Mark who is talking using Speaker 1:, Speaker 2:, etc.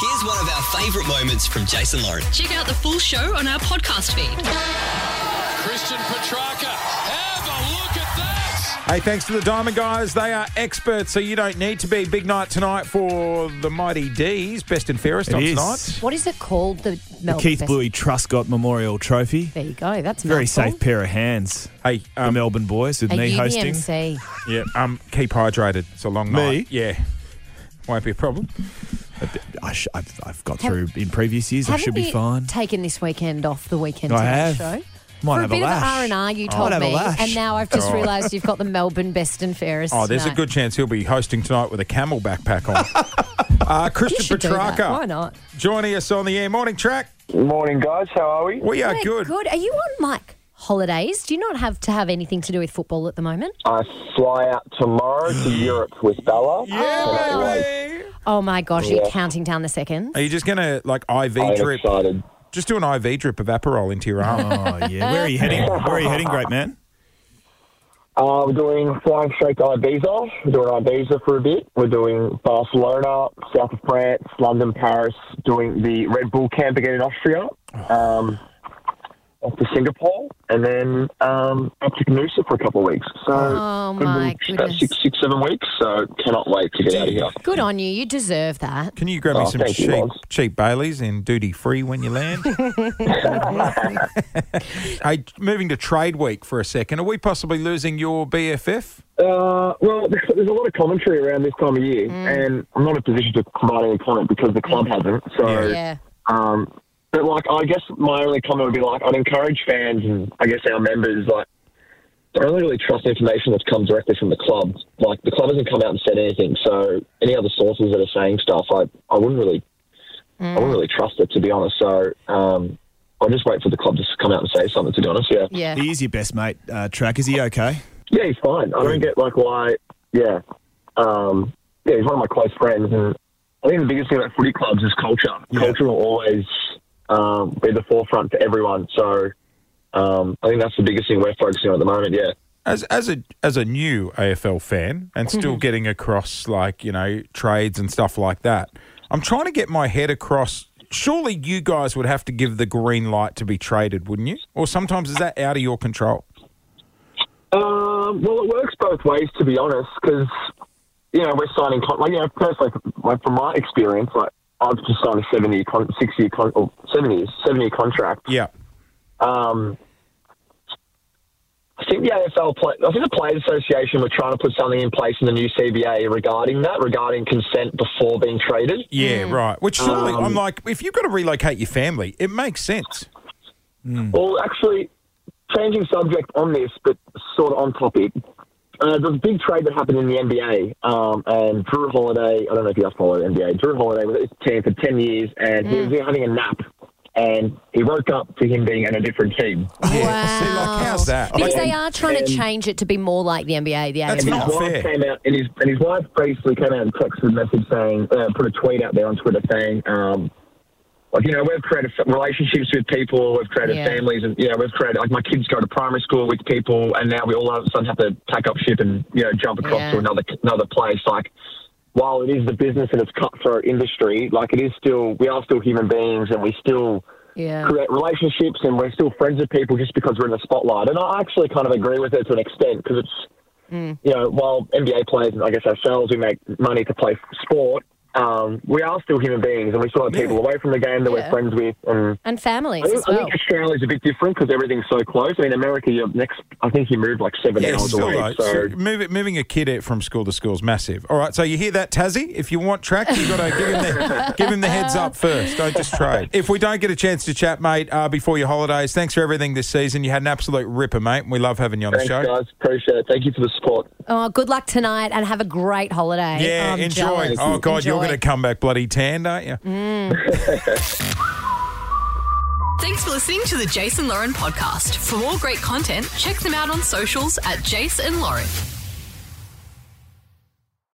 Speaker 1: Here's one of our favourite moments from Jason Lauren.
Speaker 2: Check out the full show on our podcast feed.
Speaker 3: Christian Petrarca. Have a look at that.
Speaker 4: Hey, thanks to the Diamond Guys. They are experts, so you don't need to be. Big night tonight for the Mighty D's. Best and fairest
Speaker 5: It
Speaker 4: on
Speaker 5: is.
Speaker 4: tonight.
Speaker 6: What is it called? The Melbourne
Speaker 5: Keith
Speaker 6: Fest-
Speaker 5: Bluey Truscott Memorial Trophy.
Speaker 6: There you go. That's
Speaker 5: Very
Speaker 6: mouthful.
Speaker 5: safe pair of hands.
Speaker 4: Hey,
Speaker 5: The
Speaker 4: um,
Speaker 5: Melbourne boys with
Speaker 6: A
Speaker 5: me hosting.
Speaker 6: UDMC.
Speaker 4: yeah, um, keep hydrated. It's a long night. Yeah. Won't be a problem.
Speaker 5: I sh- I've, I've got through in previous years. I
Speaker 6: Haven't
Speaker 5: should be
Speaker 6: you
Speaker 5: fine.
Speaker 6: Taken this weekend off the weekend
Speaker 5: I
Speaker 6: tonight
Speaker 5: have.
Speaker 6: show.
Speaker 5: Might
Speaker 6: For
Speaker 5: have
Speaker 6: a bit
Speaker 5: a lash.
Speaker 6: of R&R, you
Speaker 5: Might
Speaker 6: told
Speaker 5: have a
Speaker 6: me,
Speaker 5: lash.
Speaker 6: and now I've just
Speaker 4: Oh.
Speaker 6: realised you've got the Melbourne Best and Fairest.
Speaker 4: Oh, there's a
Speaker 6: tonight.
Speaker 4: good chance he'll be hosting tonight with a camel backpack on. uh,
Speaker 6: You
Speaker 4: Christian
Speaker 6: should do that.
Speaker 4: Petrarca.
Speaker 6: Why not?
Speaker 4: Joining us on the air. Morning, track.
Speaker 7: Morning, guys. How are we?
Speaker 4: We are
Speaker 6: We're
Speaker 4: good.
Speaker 6: Good. Are you on like holidays? Do you not have to have anything to do with football at the moment?
Speaker 7: I fly out tomorrow to Europe with Bella.
Speaker 4: Yeah,
Speaker 7: Oh,
Speaker 4: baby.
Speaker 6: Oh my gosh, you're
Speaker 7: Yeah.
Speaker 6: counting down the seconds.
Speaker 4: Are you just going to, like, IV
Speaker 7: I'm
Speaker 4: drip?
Speaker 7: excited.
Speaker 4: Just do an IV drip of Aperol into your arm.
Speaker 5: Oh, yeah. Where are you heading? Where are you heading, great man?
Speaker 7: Uh, we're doing flying straight to Ibiza. We're doing Ibiza for a bit. We're doing Barcelona, south of France, London, Paris. Doing the Red Bull camp again in Austria. Um, off to Singapore, and then um, up to Noosa for a couple of weeks. So
Speaker 6: Oh,
Speaker 7: good
Speaker 6: my
Speaker 7: little- about
Speaker 6: goodness.
Speaker 7: six, six, seven weeks. So cannot wait to get out of here.
Speaker 6: Good on you. You deserve that.
Speaker 4: Can you grab me
Speaker 7: Oh,
Speaker 4: some
Speaker 7: thank you,
Speaker 4: cheap,
Speaker 7: Loz.
Speaker 4: cheap Baileys in duty free when you land? hey, moving to trade week for a second. Are we possibly losing your BFF?
Speaker 7: Uh, well, there's a lot of commentary around this time of year, and I'm not in a position to provide any comment because the club hasn't. So,
Speaker 6: Yeah.
Speaker 7: um, but like, I guess my only comment would be like, I'd encourage fans and I guess our members like to only really trust information that's come directly from the club. Like, the club hasn't come out and said anything, so any other sources that are saying stuff, I, I wouldn't really, I wouldn't really trust it to be honest. So, um, I'll just wait for the club to come out and say something. To be honest, yeah.
Speaker 6: Yeah.
Speaker 5: He is your best mate, uh, Track. Is he okay?
Speaker 7: Yeah, he's fine. I don't get like why. Yeah, um, yeah, he's one of my close friends, and I think the biggest thing about footy clubs is culture. Culture will always um, be the forefront for everyone. So um, I think that's the biggest thing we're focusing on at the moment. Yeah.
Speaker 4: As as a as a new AFL fan and still getting across like, you know, trades and stuff like that. I'm trying to get my head across surely you guys would have to give the green light to be traded, wouldn't you? Or sometimes is that out of your control?
Speaker 7: Um, well, it works both ways, to be honest, because you know we're signing. Con- like, you know, personally, like from my experience, like I've just signed a seven-year, con- six-year, con- or seven years, seven-year contract.
Speaker 4: Yeah.
Speaker 7: Um, I think the AFL, play, I think the Players Association were trying to put something in place in the new CBA regarding that, regarding consent before being traded.
Speaker 4: Yeah, right. Which surely
Speaker 7: Um,
Speaker 4: I'm like, if you've got to relocate your family, it makes sense.
Speaker 7: Well, actually, changing subject on this, but sort of on topic. Uh, there was a big trade that happened in the NBA, um, and Drew Holiday. I don't know if you guys follow the NBA. Drew Holiday was at his team for ten years, and he was having a nap, and he woke up to him being in a different team.
Speaker 4: Yeah. See, like,
Speaker 6: Wow.
Speaker 4: how's that?
Speaker 6: Because
Speaker 4: Like,
Speaker 6: they are trying to
Speaker 7: and-
Speaker 6: change it to be more like the NBA. The
Speaker 4: That's
Speaker 7: And
Speaker 6: AFL.
Speaker 4: not
Speaker 7: his
Speaker 4: fair.
Speaker 7: wife came out, and his and his wife basically came out and texted a message saying, uh, put a tweet out there on Twitter saying, um, like you know, we've created f- relationships with people, we've created
Speaker 6: Yeah.
Speaker 7: families, and you know, we've created like my kids go to primary school with people, and now we all of a sudden have to pack up ship and you know jump across
Speaker 6: Yeah.
Speaker 7: to another another place. Like, while it is the business and it's cutthroat industry, like it is still we are still human beings, and we still
Speaker 6: Yeah.
Speaker 7: create relationships and we're still friends with people just because we're in the spotlight. And I actually kind of agree with it to an extent because it's,
Speaker 6: Mm.
Speaker 7: you know, while NBA players and I guess ourselves, we make money to play sport, um, we are still human beings and we still have people away from the game that
Speaker 6: Yeah.
Speaker 7: we're friends with. And
Speaker 6: And
Speaker 7: I
Speaker 6: families as
Speaker 7: think, I
Speaker 6: well.
Speaker 7: think Australia's a bit different because everything's so close. I mean, America, you're next, I think you move like seven
Speaker 4: Yeah,
Speaker 7: hours
Speaker 4: still
Speaker 7: away.
Speaker 4: though,
Speaker 7: so.
Speaker 4: so move, moving a kid out from school to school is massive. All right, so you hear that, Tassie? If you want track, you got to give him the give him the heads up first. Don't just trade. If we don't get a chance to chat, mate, uh, before your holidays, thanks for everything this season. You had an absolute ripper, mate. and We love having you on
Speaker 7: Thanks,
Speaker 4: the show.
Speaker 7: guys. Appreciate it. Thank you for the support.
Speaker 6: Oh, good luck tonight and have a great holiday.
Speaker 4: Yeah,
Speaker 6: I'm
Speaker 4: enjoy.
Speaker 6: jealous.
Speaker 4: Oh God, you're
Speaker 6: Enjoy.
Speaker 4: going to come back bloody tanned, aren't you?
Speaker 2: Thanks for listening to the Jason Lauren podcast. For more great content, check them out on socials at Jason Lauren.